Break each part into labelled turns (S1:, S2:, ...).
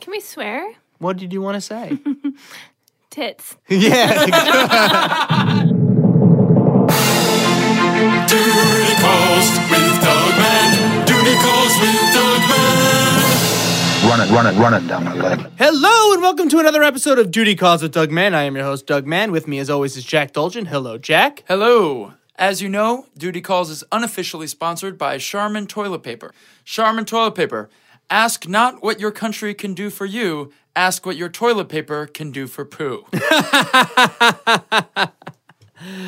S1: Can we swear?
S2: What did you want to say?
S1: Tits.
S2: yeah.
S3: Duty calls with Dogman. Duty calls with Dogman.
S4: Run it, run it, run it down my leg.
S2: Hello and welcome to another episode of Duty Calls with Doug Mann. I am your host, Doug Mann. With me, as always, is Jack Dolgen. Hello, Jack.
S5: Hello. As you know, Duty Calls is unofficially sponsored by Charmin Toilet Paper. Charmin Toilet Paper. Ask not what your country can do for you, ask what your toilet paper can do for poo.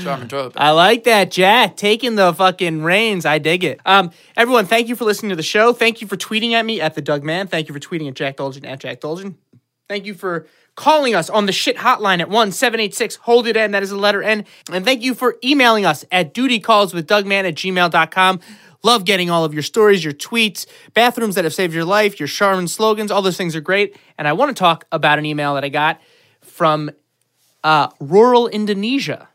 S5: Charmin Toilet Paper.
S2: I like that, Jack. Taking the fucking reins. I dig it. Um, everyone, thank you for listening to the show. Thank you for tweeting at me at the Doug Man. Thank you for tweeting at Jack Dolgen at Jack Dolgen. Thank you for calling us on the shit hotline at 1 786 Hold It N. That is the letter N. And thank you for emailing us at dutycallswithdougman at gmail.com. Love getting all of your stories, your tweets, bathrooms that have saved your life, your Charmin slogans. All those things are great. And I want to talk about an email that I got from uh, rural Indonesia.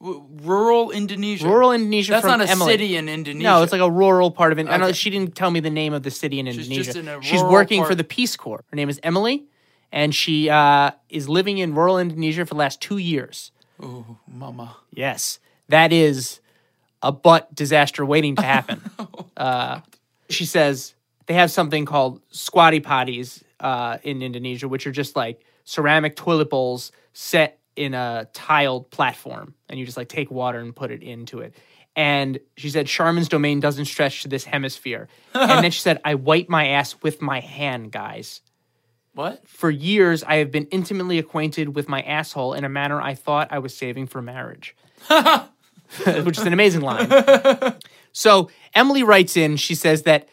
S5: Rural Indonesia.
S2: Rural Indonesia
S5: That's
S2: from
S5: not a
S2: Emily.
S5: city in Indonesia.
S2: No, it's like a rural part of it. I know
S5: Okay.
S2: she didn't tell me the name of the city in
S5: just
S2: Indonesia.
S5: in a
S2: She's
S5: rural
S2: working for
S5: part.
S2: the Peace Corps. Her name is Emily, and she uh, is living in rural Indonesia for the last two years.
S5: Mama.
S2: Yes, that is a butt disaster waiting to happen. uh, she says they have something called squatty potties uh, in Indonesia, which are just like ceramic toilet bowls set in a tiled platform, and you just like take water and put it into it. And she said Charmin's domain doesn't stretch to this hemisphere. and then she said, "I wipe my ass with my hand, guys."
S5: What?
S2: For years, I have been intimately acquainted with my asshole in a manner I thought I was saving for marriage. Which is an amazing line. So Emily writes in, she says that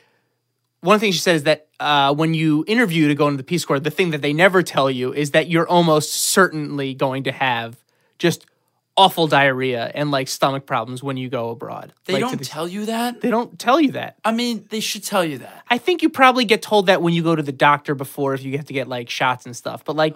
S2: one thing she said is that uh, when you interview to go into the Peace Corps, the thing that they never tell you is that you're almost certainly going to have just awful diarrhea and like stomach problems when you go abroad.
S5: They
S2: Like, to
S5: don't
S2: the-
S5: tell you that?
S2: they don't tell you that.
S5: I mean, they should tell you that.
S2: I think you probably get told that when you go to the doctor before if you have to get like shots and stuff. But like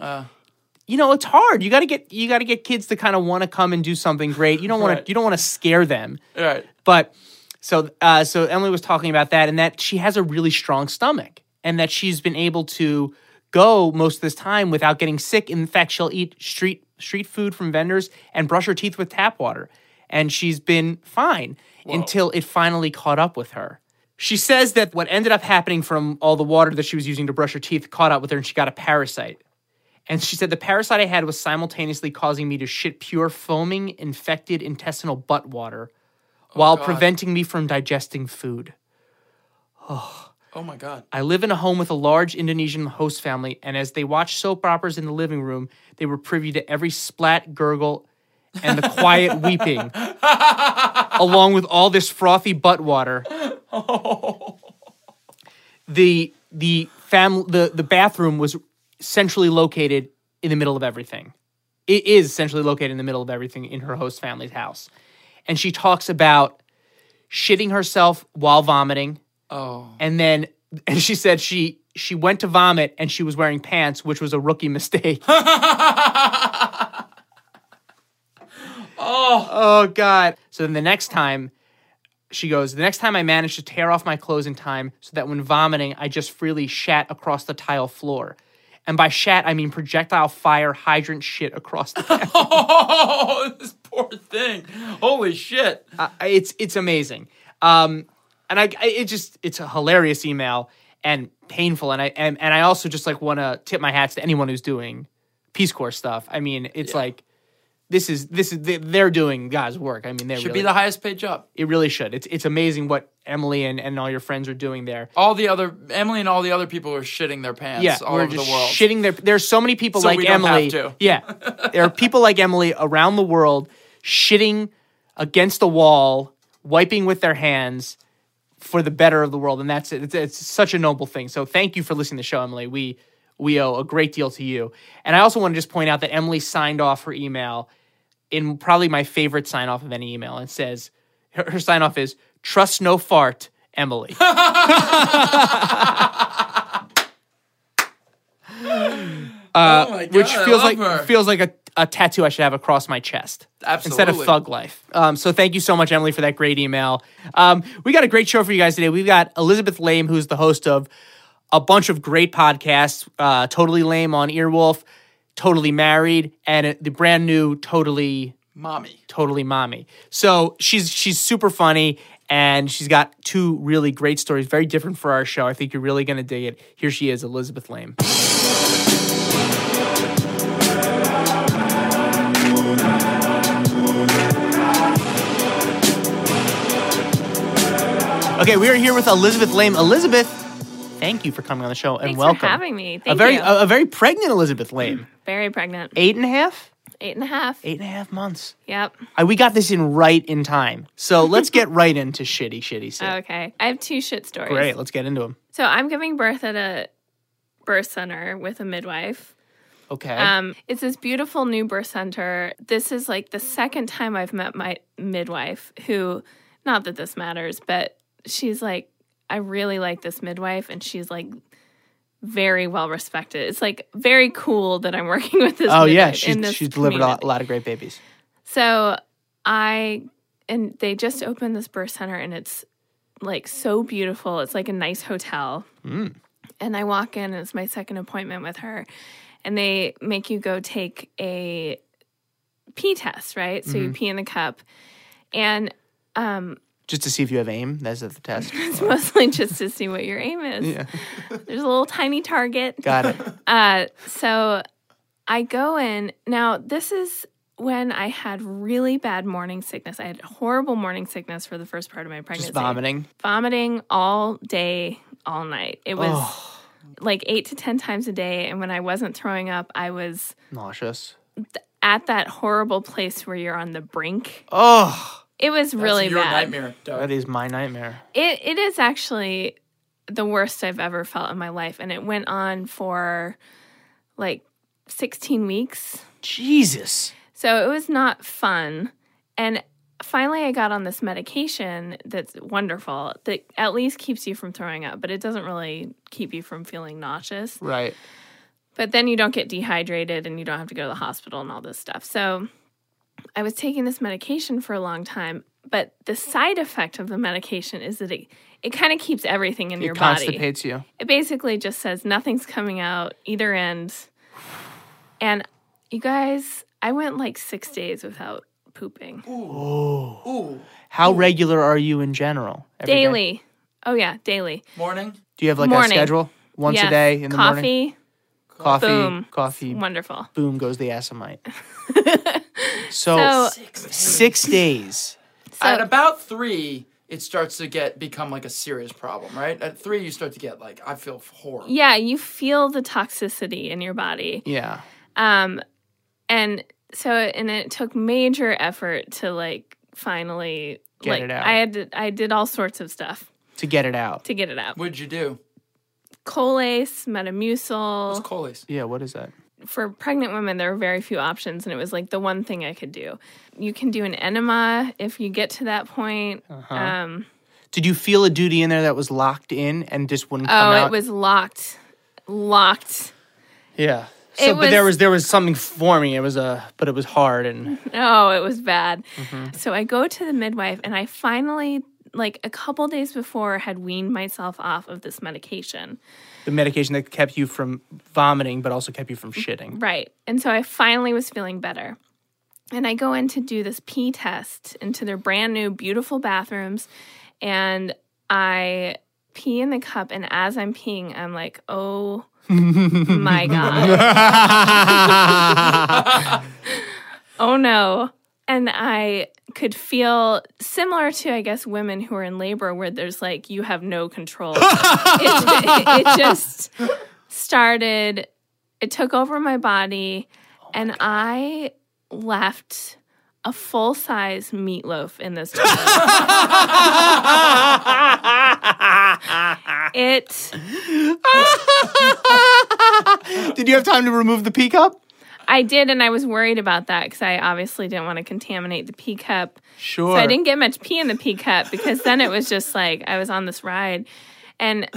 S2: you know, it's hard. You got to get you got to get kids to kind of want to come and do something great. You don't want
S5: Right.
S2: to you don't want to scare them.
S5: All right.
S2: But so uh, so Emily was talking about that and that she has a really strong stomach and that she's been able to go most of this time without getting sick. In fact, she'll eat street street food from vendors and brush her teeth with tap water, and she's been fine until it finally caught up with her. She says that what ended up happening from all the water that she was using to brush her teeth caught up with her, and she got a parasite. And she said the parasite I had was simultaneously causing me to shit pure foaming infected intestinal butt water while preventing me from digesting food.
S5: Oh my God.
S2: I live in a home with a large Indonesian host family, and as they watched soap operas in the living room, they were privy to every splat, gurgle, and the quiet weeping, along with all this frothy butt water. The the fam the, the bathroom was centrally located in the middle of everything. It is centrally located in the middle of everything in her host family's house. And she talks about shitting herself while vomiting
S5: Oh.
S2: and then and she said she she went to vomit and she was wearing pants which was a rookie mistake oh oh god so then the next time she goes the next time i managed to tear off my clothes in time so that when vomiting i just freely shat across the tile floor and by shat i mean projectile fire hydrant shit across the
S5: Oh, this poor thing. Holy shit.
S2: I- Uh, it's it's amazing. Um, and I, I it just it's a hilarious email and painful. And I and, and I also just like want to tip my hats to anyone who's doing Peace Corps stuff. I mean, it's like this is this is they- they're doing God's work. I mean, they
S5: Should
S2: really,
S5: be the highest paid job.
S2: it really should. It's it's amazing what Emily and, and all your friends are doing there.
S5: all the other Emily and all the other people are shitting their pants
S2: yeah,
S5: all
S2: we're
S5: over
S2: just
S5: the world.
S2: shitting their. There's so many people
S5: So
S2: like
S5: we don't have
S2: Emily.
S5: to.
S2: Yeah, there are people like Emily around the world shitting against the wall, wiping with their hands for the better of the world, and that's it. It's, it's such a noble thing. So thank you for listening to the show, Emily. We we owe a great deal to you. And I also want to just point out that Emily signed off her email in probably my favorite sign off of any email, and says her, her sign off is "Trust no fart, Emily."
S5: oh my God,
S2: which
S5: I
S2: feels like
S5: love her.
S2: feels like a, a tattoo I should have across my chest instead of
S5: Absolutely.
S2: thug life. Um, so thank you so much, Emily, for that great email. Um, we got a great show for you guys today. We've got Elizabeth Lame, who's the host of a bunch of great podcasts. Uh, totally lame on Earwolf, totally married, and uh, the brand new totally
S5: Mommy.
S2: totally mommy. So she's she's super funny and she's got two really great stories, very different for our show. I think you're really gonna dig it. Here she is, Elizabeth Lame. Okay, we are here with Elizabeth Lame. Elizabeth, thank you for coming on the show and
S1: Thanks
S2: welcome.
S1: for having me.
S2: a
S1: Thank
S2: very uh,
S1: you.
S2: a, a very pregnant Elizabeth Lame.
S1: Very pregnant.
S2: Eight and a half?
S1: Eight and a half.
S2: Eight and a half months.
S1: Yep.
S2: I, we got this in right in time. So let's get right into shitty, shitty shit.
S1: Okay. I have two shit stories.
S2: Great, let's get into them.
S1: So I'm giving birth at a birth center with a midwife.
S2: Okay.
S1: Um, it's this beautiful new birth center. This is like the second time I've met my midwife, who, not that this matters, but she's like, I really like this midwife, and she's like very well respected. It's like very cool that I'm working with this.
S2: oh yeah,
S1: midwife in
S2: she's
S1: this
S2: she's delivered a lot,
S1: community.
S2: lot of great babies.
S1: So I and they just opened this birth center and it's like so beautiful. It's like a nice hotel. And I walk in and it's my second appointment with her. And they make you go take a pee test, right? So you pee in the cup. And um,
S2: Just to see if you have aim. That's the test.
S1: it's mostly just to see what your aim is.
S2: Yeah.
S1: There's a little tiny target.
S2: got it.
S1: Uh, so I go in. Now, this is when I had really bad morning sickness. I had horrible morning sickness for the first part of my pregnancy.
S2: Just vomiting.
S1: Vomiting all day, all night. It was
S2: Oh,
S1: like eight to 10 times a day. And when I wasn't throwing up, I was
S2: nauseous.
S1: at that horrible place where you're on the brink.
S2: Oh,
S1: It was
S5: That's
S1: really
S5: your
S1: bad.
S5: nightmare, Doug.
S2: that is my nightmare.
S1: It, it is actually the worst I've ever felt in my life. And it went on for like 16 weeks.
S2: Jesus.
S1: So it was not fun. And finally, I got on this medication that's wonderful that at least keeps you from throwing up, but it doesn't really keep you from feeling nauseous.
S2: Right.
S1: But then you don't get dehydrated and you don't have to go to the hospital and all this stuff. So I was taking this medication for a long time, but the side effect of the medication is that it, it kind of keeps everything in your
S2: it
S1: body
S2: constipates you.
S1: it basically just says nothing's coming out either end. And you guys, I went like six days without pooping
S5: Ooh,
S2: How regular are you in general? Every day?
S1: daily. Oh yeah, daily.
S5: morning.
S2: Do you have like
S1: Morning.
S2: a schedule? Once
S1: Yes.
S2: a day in the
S1: coffee,
S2: morning. Coffee.
S1: boom.
S2: Coffee.
S1: Wonderful.
S2: Boom goes the assamite.
S1: So,
S2: so six days.
S5: At about three, it starts to get become like a serious problem, right? At three, you start to get like I feel horrible.
S1: yeah, you feel the toxicity in your body.
S2: Yeah.
S1: Um, and so and it took major effort to like finally
S2: Get
S1: like
S2: it out.
S1: I had to, I did all sorts of stuff
S2: To get it out.
S1: to get it out.
S5: What'd you do?
S1: Colace, Metamucil.
S5: It's Coles.
S2: Yeah, what is that?
S1: for pregnant women, there were very few options, and it was like the one thing I could do. You can do an enema if you get to that point. Um,
S2: Did you feel a duty in there that was locked in and just wouldn't
S1: oh,
S2: come out?
S1: it was locked, locked.
S2: yeah. So,
S1: it
S2: but there
S1: was-
S2: was there was something forming. It was a, but it was hard and
S1: Oh, it was bad. So I go to the midwife, and I finally, like a couple days before, had weaned myself off of this medication.
S2: the medication that kept you from vomiting, but also kept you from shitting.
S1: Right. And so I finally was feeling better. And I go in to do this pee test into their brand new, beautiful bathrooms. And I pee in the cup. And as I'm peeing, I'm like, oh my God. oh no. And I could feel similar to, I guess, women who are in labor, where there's like, you have no control. it, it just started it took over my body and I left a full size meatloaf in this toilet. it
S2: Did you have time to remove the pee cup?
S1: I did and I was worried about that because I obviously didn't want to contaminate the pee cup.
S2: Sure.
S1: So I didn't get much pee in the pee cup because then it was just like I was on this ride. And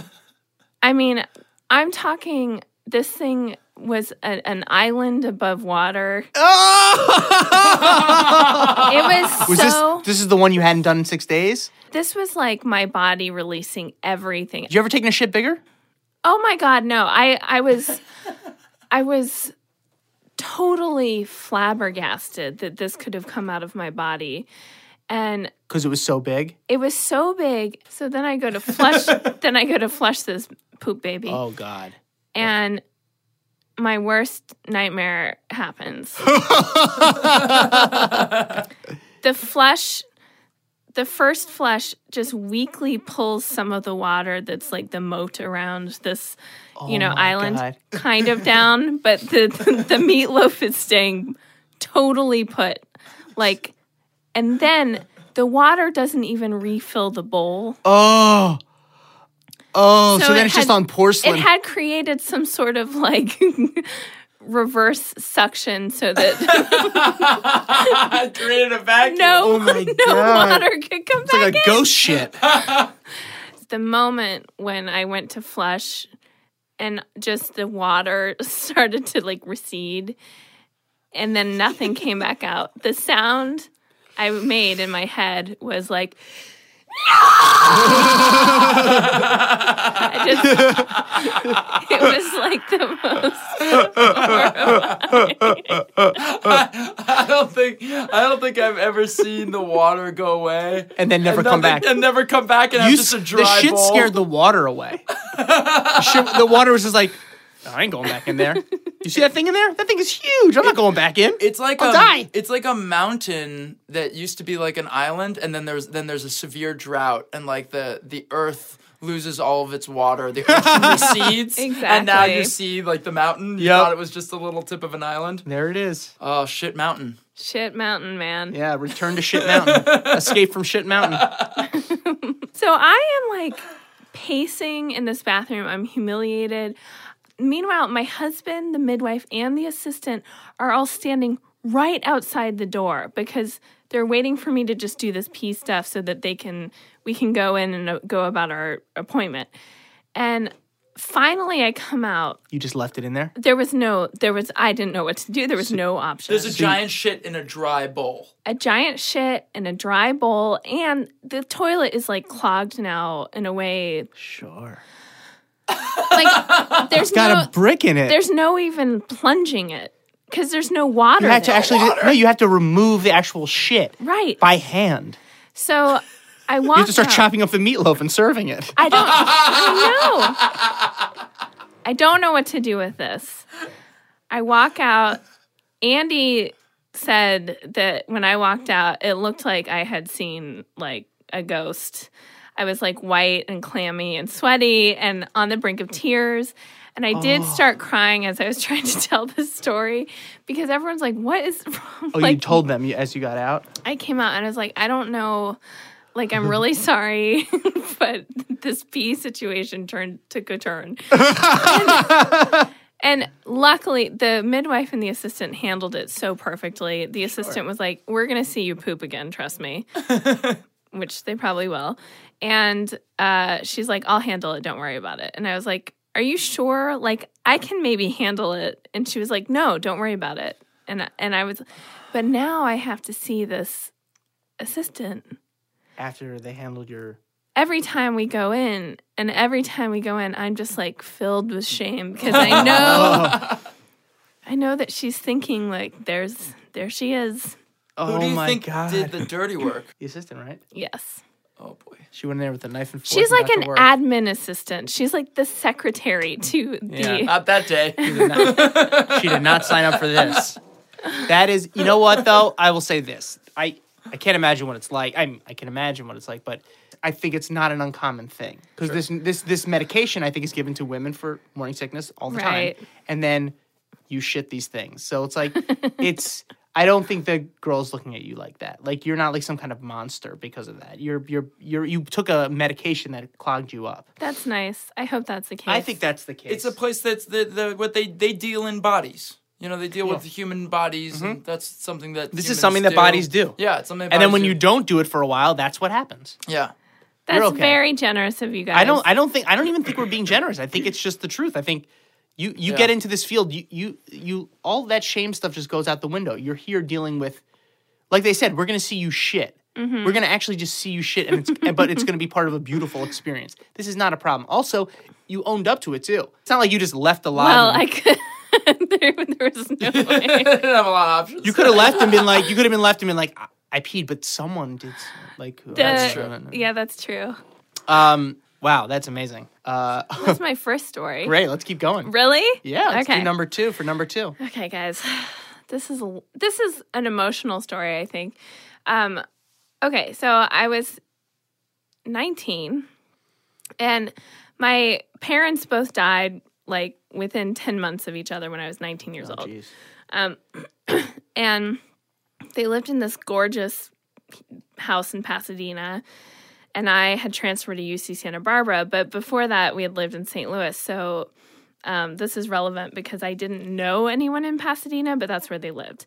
S1: I mean, I'm talking this thing was a, an island above water. It was,
S2: was
S1: so
S2: this this is the one you hadn't done in six days?
S1: this was like my body releasing everything.
S2: Did you ever taken a shit bigger?
S1: Oh my god, no. I I was I was totally flabbergasted that this could have come out of my body. And
S2: because it was so big.
S1: it was so big. So then I go to flush then I go to flush this poop baby
S2: Oh God.
S1: and my worst nightmare happens. the flush, the first flush just weakly pulls some of the water that's like the moat around this, you know,
S2: Oh my
S1: island
S2: God.
S1: kind of down, but the, the, meatloaf is staying totally put. Like, and then the water doesn't even refill the bowl.
S2: Oh. Oh, so,
S1: So
S2: then
S1: it
S2: it's just
S1: had-
S2: on porcelain.
S1: It had created some sort of like reverse suction so that
S5: I created a vacuum.
S2: oh
S1: no
S2: my
S1: no
S2: God.
S1: water could come
S2: it's
S1: back
S2: like a
S1: in.
S2: ghost shit.
S1: The moment when I went to flush and just the water started to like recede and then nothing came back out. The sound I made in my head was like "No!" I just, it was like the most
S5: I don't think I don't think I've ever seen the water go away
S2: And then never come
S5: nothing-
S2: back.
S5: and never come back and
S2: You
S5: have
S2: s-
S5: just a
S2: the
S5: dry
S2: shit
S5: bowl.
S2: scared the water away. The shit- the water was just like, "Oh, I ain't going back in there. You see that thing in there? That thing is huge. I'm not going back in.
S5: It's like
S2: I'll
S5: a
S2: die.
S5: it's like a mountain that used to be like an island, and then there's then there's a severe drought, and like the the earth loses all of its water, the ocean recedes, and now you
S1: Exactly.
S5: see like the mountain. You
S2: Yep.
S5: thought it was just a little tip of an island.
S2: There it is.
S5: Oh shit, mountain.
S1: shit mountain, man.
S2: Yeah, return to Shit Mountain. Escape from Shit Mountain.
S1: So I am like pacing in this bathroom. I'm humiliated. Meanwhile, my husband, the midwife, and the assistant are all standing right outside the door because they're waiting for me to just do this pee stuff so that they can we can go in and uh, go about our appointment. And finally I come out.
S2: You just left it in there?
S1: There was no there was I didn't know what to do. There was no option
S5: There's a giant shit in a dry bowl.
S1: a giant shit and a dry bowl and the toilet is like clogged now in a way
S2: Sure.
S1: like there's
S2: Got
S1: no
S2: a brick in it.
S1: there's no even plunging it because there's no water
S2: you had to
S1: there.
S2: actually no, you have to remove the actual shit
S1: right
S2: by hand.
S1: so i
S2: You
S1: walked
S2: have to start
S1: out.
S2: chopping up the meatloaf and serving it.
S1: i don't i know i don't know what to do with this i walk out andy said that when i walked out it looked like i had seen like a ghost i was like white and clammy and sweaty and on the brink of tears and i
S2: Oh.
S1: did start crying as i was trying to tell this story because everyone's like what is wrong
S2: Oh, you
S1: like
S2: told them you- as you got out.
S1: I came out and I was like, I don't know. Like, I'm really sorry, but this pee situation turned took a turn. and, and luckily, the midwife and the assistant handled it so perfectly. The assistant was like, We're going to see you poop again, trust me, which they probably will. And uh, she's like, I'll handle it. Don't worry about it. And I was like, Are you sure? Like, I can maybe handle it. And she was like, No, don't worry about it. And, I- and I was, but now I have to see this assistant
S2: After they handled your
S1: every time we go in. And every time we go in, I'm just like filled with shame because I know, I know that she's thinking like, there's, there she is.
S2: Oh
S5: Who do you
S2: my
S5: think
S2: god.
S5: did the dirty work?
S2: the assistant, right?
S1: Yes.
S5: Oh boy.
S2: She went in there with a knife and fork.
S1: She's
S2: and
S1: like
S2: got to
S1: an
S2: work.
S1: admin assistant. She's like the secretary to the.
S2: Yeah.
S5: Not that day.
S2: She did not sign up for this. That is, you know what though? I will say this. I I can't imagine what it's like. I I can imagine what it's like, but I think it's not an uncommon thing because this this this medication I think is given to women for morning sickness all the
S1: Right.
S2: time, and then you shit these things. So it's like it's. I don't think the girl's looking at you like that. Like you're not like some kind of monster because of that. You're you're you're you took a medication that clogged you up.
S1: That's nice. I hope that's the case.
S2: I think that's the case.
S5: It's a place that's the, the what they they deal in bodies. You know, they deal with human bodies, and that's something that
S2: Mm-hmm. This is
S5: humans
S2: something that bodies do.
S5: Yeah, it's something. That
S2: and then when
S5: bodies
S2: you don't do it for a while, that's what happens.
S5: do. yeah,
S1: that's
S2: okay.
S1: very generous of you guys.
S2: I don't. I don't think. I don't even think we're being generous. I think it's just the truth. I think you you
S5: Yeah.
S2: get into this field. You you you all that shame stuff just goes out the window. You're here dealing with, like they said, we're gonna see you shit.
S1: Mm-hmm.
S2: We're gonna actually just see you shit, and it's, but it's gonna be part of a beautiful experience. This is not a problem. Also, you owned up to it too. It's not like you just left the line.
S1: Well, I could. there, there was no way. Uh,
S5: I didn't have a lot of options.
S2: you could have left and been like, you could have been left and been like, I, I peed, but someone did. so- Like who-
S1: Uh,
S5: true.
S1: Yeah, that's true.
S2: Um, wow, that's amazing. Uh,
S1: That's my first story.
S2: great. Let's keep going.
S1: Really?
S2: Yeah. Let's
S1: Okay.
S2: do number two for number two.
S1: Okay, guys, this is a, this is an emotional story. I think. Um, okay, so I was nineteen, and my parents both died like within ten months of each other when I was nineteen years old.
S2: Jeez.
S1: and they lived in this gorgeous house in Pasadena. And I had transferred to UC Santa Barbara, but before that, we had lived in St. Louis. So um, this is relevant because I didn't know anyone in Pasadena, but that's where they lived.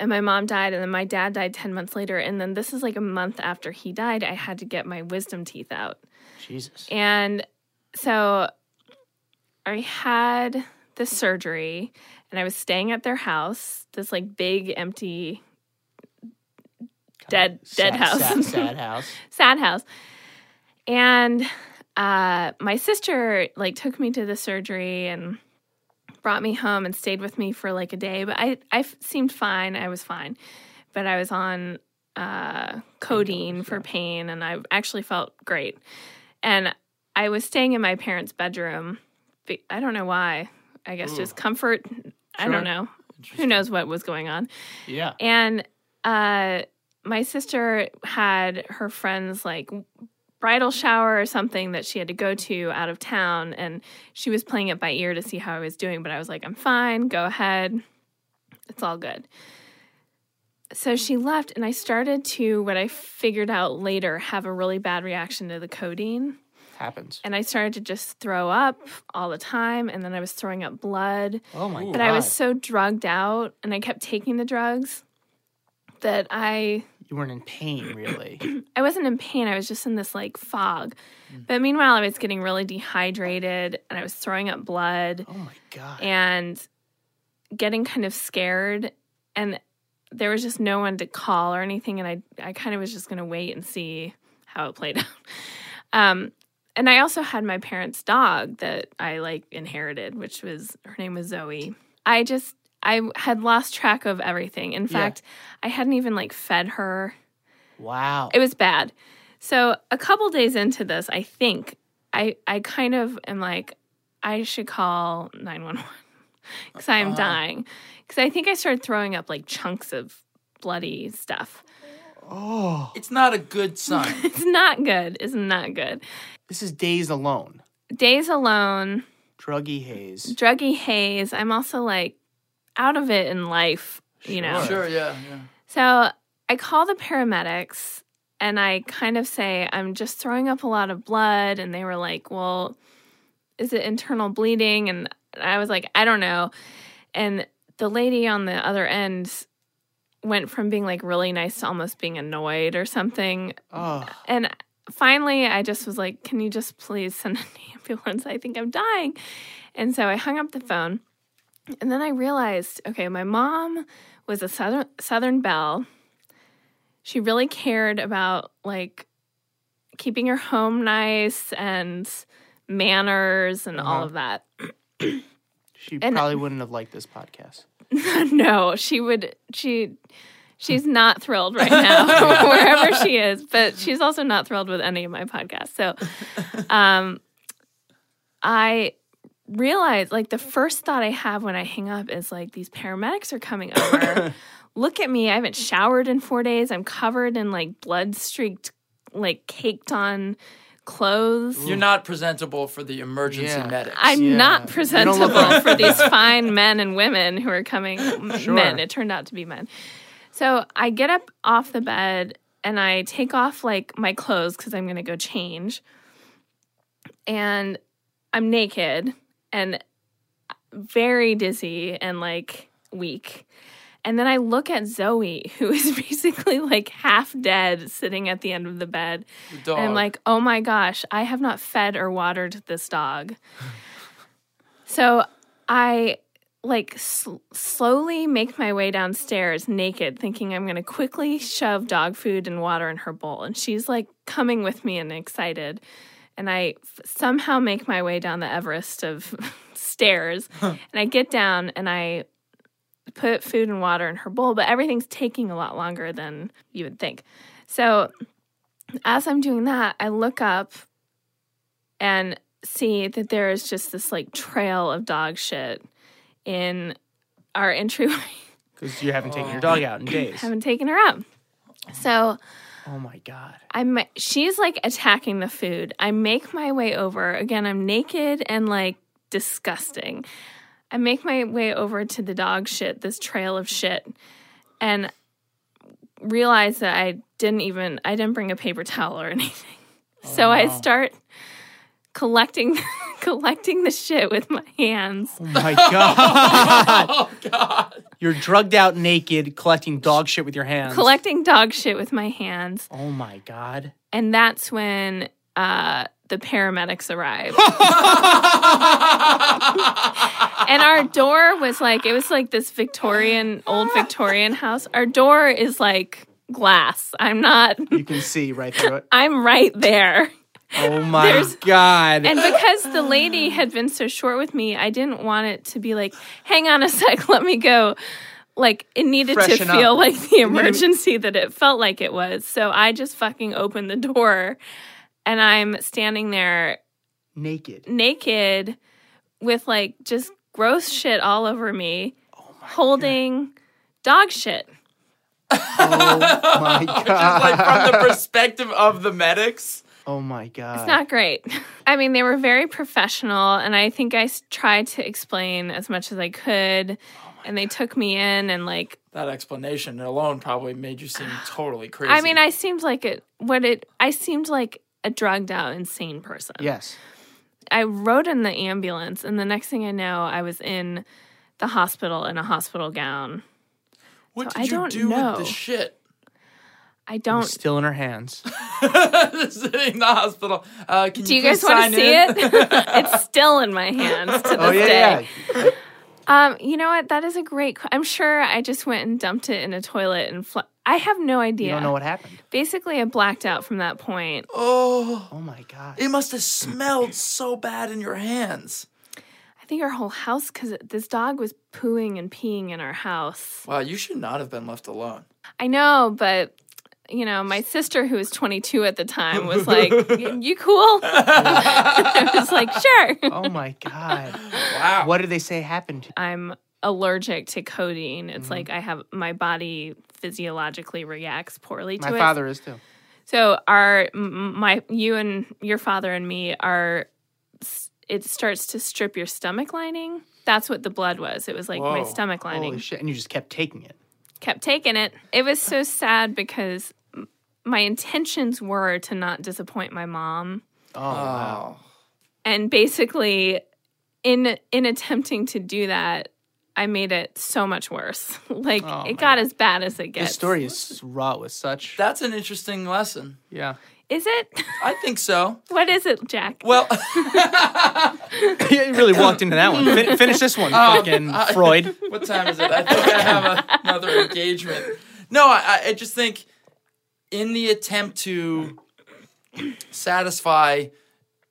S1: And my mom died, and then my dad died 10 months later. And then this is like a month after he died, I had to get my wisdom teeth out.
S2: Jesus.
S1: And so I had the surgery and I was staying at their house, this like big empty dead dead
S2: Sad-
S1: house.
S2: Sad, sad house.
S1: sad house. And uh, my sister like took me to the surgery and brought me home and stayed with me for like a day. But I I f- seemed fine. I was fine, but I was on uh, codeine for pain, and I actually felt great. And I was staying in my parents' bedroom. Be- I don't know why. I guess just comfort. I
S2: Sure.
S1: don't know. Who knows what was going on?
S2: Yeah.
S1: And uh, my sister had her friend's like bridal shower or something that she had to go to out of town. And she was playing it by ear to see how I was doing. But I was like, I'm fine. Go ahead. It's all good. So she left, and I started to what I figured out later have a really bad reaction to the codeine.
S2: Happens.
S1: And I started to just throw up all the time. And then I was throwing up blood.
S2: Oh my
S1: But
S2: god.
S1: I was so drugged out and I kept taking the drugs that I
S2: you weren't in pain really.
S1: I wasn't in pain. I was just in this like fog.
S2: Mm.
S1: But meanwhile, I was getting really dehydrated and I was throwing up blood
S2: oh my god.
S1: and getting kind of scared and there was just no one to call or anything and I I kind of was just going to wait and see how it played out. Um and I also had my parents' dog that I like inherited, which was her name was Zoe. I just I had lost track of everything. In fact, I hadn't even like fed her
S2: wow.
S1: it was bad. So a couple days into this, I think I I kind of am like I should call nine one one because I am dying because I think I started throwing up like chunks of bloody stuff.
S2: Oh,
S5: It's not a good sign.
S1: It's not good. It's not good.
S2: this is days alone.
S1: Days alone,
S2: Druggy haze.
S1: druggy haze. I'm also like out of it in life, you know.
S5: sure, yeah, yeah.
S1: So I call the paramedics and I kind of say, I'm just throwing up a lot of blood. And they were like, Well, is it internal bleeding? And I was like, I don't know. And the lady on the other end went from being like really nice to almost being annoyed or something.
S2: Oh.
S1: And finally, I just was like, can you just please send an ambulance? I think I'm dying. And so I hung up the phone. And then I realized okay, my mom was a Southern, Southern Belle. She really cared about like keeping her home nice and manners and all of that.
S2: She
S1: And-
S2: probably wouldn't have liked this podcast.
S1: no, she would. She she's not thrilled right now wherever she is, but she's also not thrilled with any of my podcasts. So, um, I realized like the first thought I have when I hang up is like these paramedics are coming over. Look at me. I haven't showered in four days. I'm covered in like blood streaked, like caked on clothes.
S5: You're not presentable for the emergency
S2: Yeah.
S5: medics.
S1: I'm
S2: Yeah.
S1: not
S2: You don't look
S1: presentable for these fine men and women who are coming. m-
S2: Sure.
S1: Men, it turned out to be men. So I get up off the bed and I take off like my clothes because I'm going to go change. And I'm naked and very dizzy and like weak. And then I look at Zoe, who is basically like half dead sitting at the end of the bed.
S5: The dog.
S1: And I'm like, oh my gosh, I have not fed or watered this dog. so I like sl- slowly make my way downstairs naked, thinking I'm going to quickly shove dog food and water in her bowl. And she's like coming with me and excited. And I f- somehow make my way down the Everest of stairs. And I get down and I put food and water in her bowl, but everything's taking a lot longer than you would think. So as I'm doing that, I look up and see that there is just this like trail of dog shit in our entryway.
S2: because you haven't taken your dog out in days.
S1: haven't taken her up. So
S2: Oh my god.
S1: I'm she's like attacking the food. I make my way over. Again, I'm naked and like disgusting. I make my way over to the dog shit, this trail of shit, and realize that I didn't even I didn't bring a paper towel or anything. so I start collecting collecting the shit with my hands.
S2: Oh my god.
S5: Oh God!
S2: You're drugged out naked, collecting dog shit with your hands.
S1: Collecting dog shit with my hands.
S2: oh my god.
S1: And that's when uh, the paramedics arrived. and our door was like, it was like this Victorian, old Victorian house. Our door is like glass. I'm not,
S2: You can see right through it.
S1: I'm right there.
S2: Oh my
S1: There's-
S2: god.
S1: And because the lady had been so short with me, I didn't want it to be like, hang on a sec, let me go. Like it needed
S2: Freshen
S1: to
S2: up. Mm-hmm.
S1: feel like the emergency that it felt like it was. So I just fucking opened the door and I'm standing there
S2: naked.
S1: naked with like just gross shit all over me, holding dog shit.
S2: Oh my god.
S5: like from the perspective of the medics.
S2: Oh my god.
S1: It's not great. I mean, they were very professional, and I think I s- tried to explain as much as I could.
S2: Oh
S1: and they took me in, and like,
S5: That explanation alone probably made you seem totally crazy.
S1: I mean, I seemed like it. What it? I seemed like a drugged out, insane person.
S2: yes.
S1: I rode in the ambulance, and the next thing I know, I was in the hospital in a hospital gown.
S5: what
S1: so
S5: did
S1: I
S5: you
S1: don't
S5: do
S1: know.
S5: with the shit?
S1: I
S2: It was
S1: don't.
S2: Still in her hands.
S5: Sitting in the hospital. Uh, can
S1: Do you
S5: please
S1: guys want
S5: sign
S1: to see
S5: in?
S1: it? it's still in my hands to this
S2: Oh yeah,
S1: day.
S2: yeah.
S1: Um, you know what? That is a great. Qu- I'm sure I just went and dumped it in a toilet and. Fl- I have no idea.
S2: You don't know what happened.
S1: Basically, I blacked out from that point.
S5: Oh,
S2: Oh my god.
S5: it must have smelled so bad in your hands.
S1: I think our whole house, because this dog was pooing and peeing in our house.
S5: Wow, you should not have been left alone.
S1: I know, but you know, my sister, who was 22 at the time, was like, "Y- "You cool?" I was like, "Sure."
S2: Oh my god.
S5: Wow.
S2: What did they say happened?
S1: I'm allergic to codeine.
S2: Mm-hmm.
S1: It's like I have my body physiologically reacts poorly
S2: My
S1: to it.
S2: father is too.
S1: So our m- my you and your father and me are s- it starts to strip your stomach lining. That's what the blood was. It was like my
S5: Whoa.
S1: stomach lining.
S2: Holy shit. And you just kept taking it.
S1: Kept taking it. It was so sad because m- my intentions were to not disappoint my mom
S2: Oh, wow.
S5: Oh.
S1: and basically in in attempting to do that I made it so much worse. Like
S2: Oh, my
S1: it got as bad as it gets.
S2: This story is raw with such.
S5: That's an interesting lesson.
S2: yeah.
S1: Is it?
S5: I think so.
S1: what is it, Jack?
S5: Well,
S2: you really walked into that one. Fin- finish this one, fucking Freud.
S5: what time is it? I think I have a, another engagement. No, I, I- I just think in the attempt to satisfy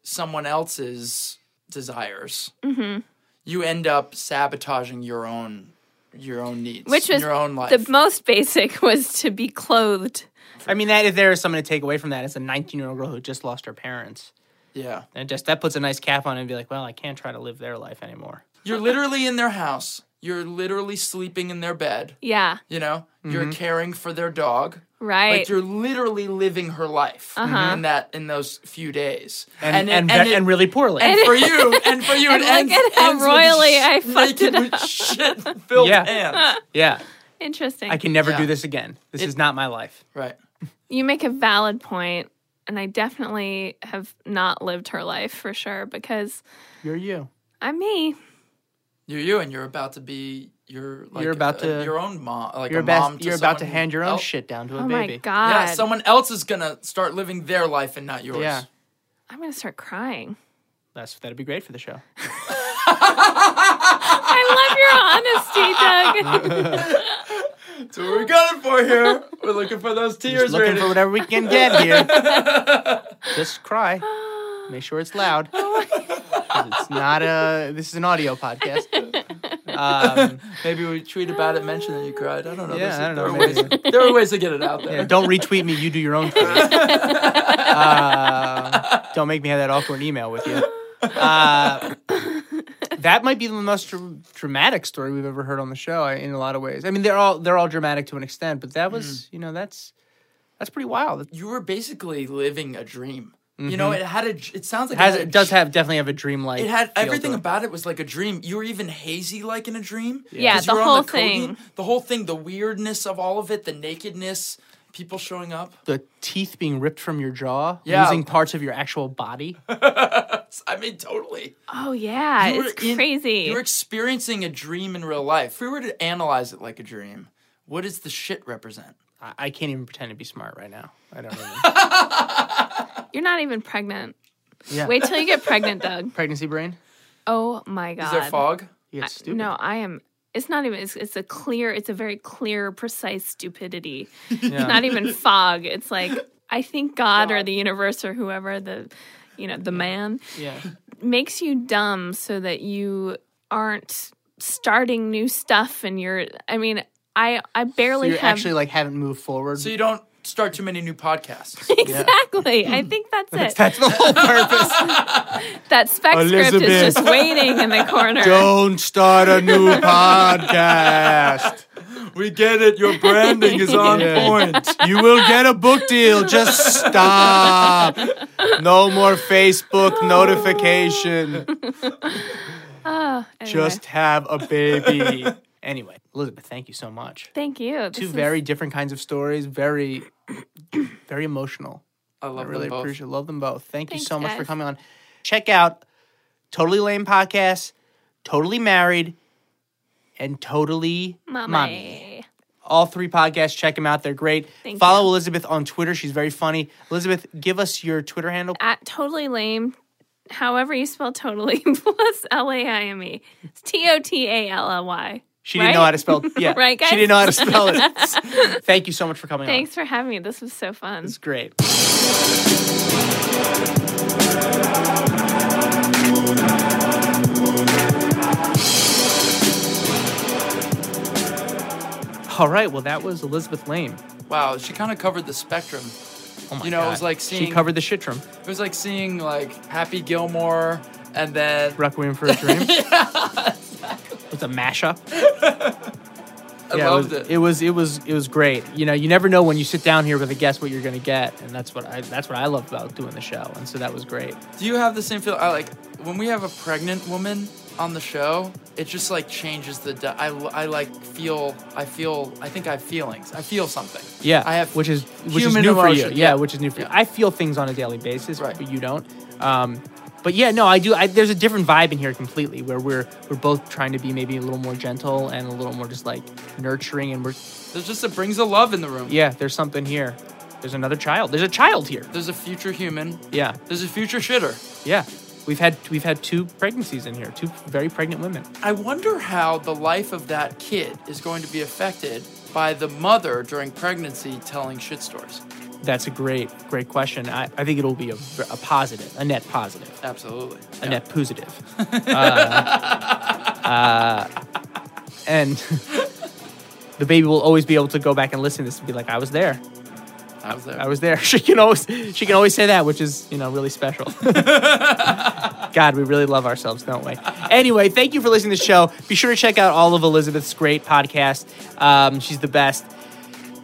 S5: someone else's desires,
S1: Mm-hmm.
S5: you end up sabotaging your own your own needs,
S1: Which was
S5: your own life.
S1: The most basic was to be clothed.
S2: I mean, that if there is something to take away from that, it's a 19 year old girl who just lost her parents.
S5: yeah,
S2: And just that puts a nice cap on it and be like, well, I can't try to live their life anymore.
S5: you're literally in their house. You're literally sleeping in their bed.
S1: Yeah,
S5: You know, you're caring for their dog.
S1: right.
S5: Like you're literally living her life
S1: Uh-huh.
S5: in that in those few days,
S2: And and,
S5: it-
S2: and,
S5: it-
S2: really poorly.
S5: and for you and for you
S1: And
S5: it
S1: look
S5: ends,
S1: at how
S5: ends with
S1: royally
S5: sh-
S1: I fucked
S5: naked
S1: it
S5: with shit filled
S2: Yeah.
S5: hands.
S2: yeah.
S1: Interesting.
S2: I can never
S5: Yeah.
S2: do this again. This is not my life.
S5: Right.
S1: you make a valid point, and I definitely have not lived her life for sure because
S2: You're you.
S1: I'm me.
S5: You're you and you're about to be your like
S2: You're about
S5: a-
S2: to-
S5: your own mom like
S2: You're,
S5: a
S2: best-
S5: mom to
S2: you're about to
S5: someone
S2: hand your own
S5: else.
S2: shit down to a
S1: Oh
S2: baby.
S1: my god.
S5: Yeah, someone else is gonna start living their life and not yours.
S2: Yeah.
S1: I'm gonna start crying.
S2: That's, that'd be great for the show.
S1: I love your Sweet Doug.
S5: That's what we got it for here. We're looking for those tears
S2: Just looking
S5: ratings.
S2: for whatever we can get here. Just cry. Make sure it's loud.
S1: Oh
S2: 'Cause It's not a. This is an audio podcast. Um,
S5: Maybe we tweet about it, mention that you cried. I don't know.
S2: Yeah,
S5: There's-
S2: I don't
S5: there,
S2: know,
S5: Are ways, there are ways to get it out there.
S2: yeah, don't retweet me. You do your own thing. Um don't make me have that awkward email with you. Uh, that might be the most dr- dramatic story we've ever heard on the show. I- In a lot of ways, I mean, they're all they're all dramatic to an extent, but that was
S5: Mm.
S2: you know that's that's pretty wild.
S5: You were basically living a dream. You know, it had a. j- It sounds like
S2: Mm-hmm. Has,
S5: had a
S2: it does
S5: j-
S2: have definitely have a dreamlike.
S5: It had
S2: feel to
S5: everything
S2: it.
S5: about it was like a dream. You were even hazy, like in a dream.
S1: Yeah,
S5: 'Cause
S1: the
S5: you were on
S1: whole
S5: codeine.
S1: thing.
S5: The whole thing, the weirdness of all of it, the nakedness, people showing up.
S2: the teeth being ripped from your jaw,
S5: Yeah.
S2: losing parts of your actual body.
S5: I mean, totally.
S1: Oh yeah,
S5: You were
S1: it's
S5: in-
S1: crazy.
S5: you're experiencing a dream in real life. If we were to analyze it like a dream, what does the shit represent?
S2: I, I can't even pretend to be smart right now. I don't know.
S1: You're not even pregnant.
S2: Yeah.
S1: Wait till you get pregnant, Doug.
S2: Pregnancy brain?
S1: Oh my god.
S5: Is there fog?
S2: You get stupid.
S1: No, I am. It's not even. It's, it's a clear. It's a very clear, precise stupidity. It's not even fog. It's like I think God or the universe or whoever the, you know, the man
S2: Yeah.
S1: makes you dumb so that you aren't starting new stuff and you're. I mean, I I barely
S2: you
S1: have
S2: actually like haven't moved forward.
S5: So you don't start too many new podcasts.
S1: exactly. I
S2: Hmm.
S1: think that's it.
S2: That's the whole purpose.
S1: that spec script
S2: Elizabeth.
S1: is just waiting in the corner.
S2: don't start a new podcast.
S5: we get it. Your branding is on
S2: Yeah.
S5: point.
S2: You will get a book deal. Just stop. No more Facebook notification.
S1: Ah, anyway.
S2: have a baby. Anyway, Elizabeth, thank you so much.
S1: Thank you.
S2: two
S1: This is-
S2: very different kinds of stories. Very, very emotional.
S5: I
S2: I
S5: love
S2: really
S5: them both.
S2: appreciate. Love them both. Thank you
S1: Thanks,
S2: so much for
S1: guys.
S2: coming on. Check out totally lame podcast, totally married, and totally
S1: Mommy.
S2: mommy. All three podcasts. Check them out. They're great.
S1: Thank
S2: Follow
S1: you.
S2: Elizabeth on Twitter. She's very funny. Elizabeth, give us your Twitter handle.
S1: At Uh, totally lame. However you spell totally plus L A I M E. It's T O T A L L Y.
S2: She didn't know how to spell. Yeah,
S1: Right,
S2: She
S1: guys?
S2: didn't know how to spell it. Thank you so much for coming on.
S1: Thanks for having me. This was so fun.
S2: It's great. All right, well, that was Elizabeth Lane.
S5: Wow, she kind of covered the spectrum.
S2: Oh my
S5: You know, it was
S2: God.
S5: like
S2: she
S5: seeing-
S2: covered the shitrum.
S5: It was like seeing like Happy Gilmore and then
S2: Requiem for a Dream. It was a mashup.
S5: I
S2: yeah,
S5: loved
S2: it, was,
S5: it.
S2: it was it was it was great. You know, you never know when you sit down here with a guest what you're going to get, and that's what I that's what I love about doing the show, and so that was great.
S5: Do you have the same feel? I like when we have a pregnant woman on the show. It just like changes the. Di- I, l- I like feel. I feel. I think I have feelings. I feel something.
S2: Yeah,
S5: I have.
S2: which is which is
S5: human
S2: new for
S5: emotion,
S2: you. Yeah,
S5: yeah.
S2: which is new for you.
S5: Yeah.
S2: I feel things on a daily basis,
S5: Right.
S2: but you don't. Um, but yeah, no, I do. I, there's a different vibe in here completely, where we're we're both trying to be maybe a little more gentle and a little more just like nurturing, and we're
S5: There's just it brings a love in the room.
S2: yeah. There's something here. There's another child. There's a child here.
S5: There's a future human.
S2: Yeah,
S5: There's a future shitter.
S2: yeah. We've had we've had two pregnancies in here, two very pregnant women.
S5: I wonder how the life of that kid is going to be affected by the mother during pregnancy telling shit stories.
S2: That's a great great question. I, I think it'll be a, a positive, a net positive.
S5: Absolutely.
S2: a
S5: Yeah.
S2: net positive. uh, uh, and the baby will always be able to go back and listen to this and be like, "I was there.
S5: I was there.
S2: I was there." She can always she can always say that, which is you know really special. God, we really love ourselves, don't we? Anyway, thank you for listening to the show. Be sure to check out all of Elizabeth's great podcast. Um, she's the best.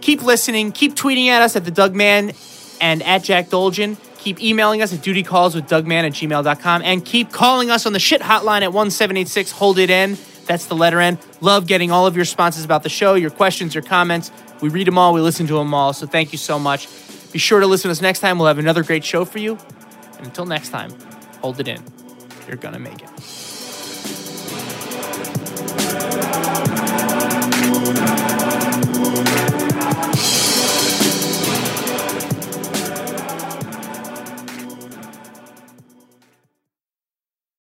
S2: Keep listening. Keep tweeting at us at the Doug Man and at Jack Dolgen. Keep emailing us at dutycalls with Dougman at gmail.com and keep calling us on the shit hotline at 1786 Hold It In. That's the letter N. Love getting all of your responses about the show, your questions, your comments. We read them all, we listen to them all. So thank you so much. Be sure to listen to us next time. We'll have another great show for you. And until next time, hold it in. You're going to make it.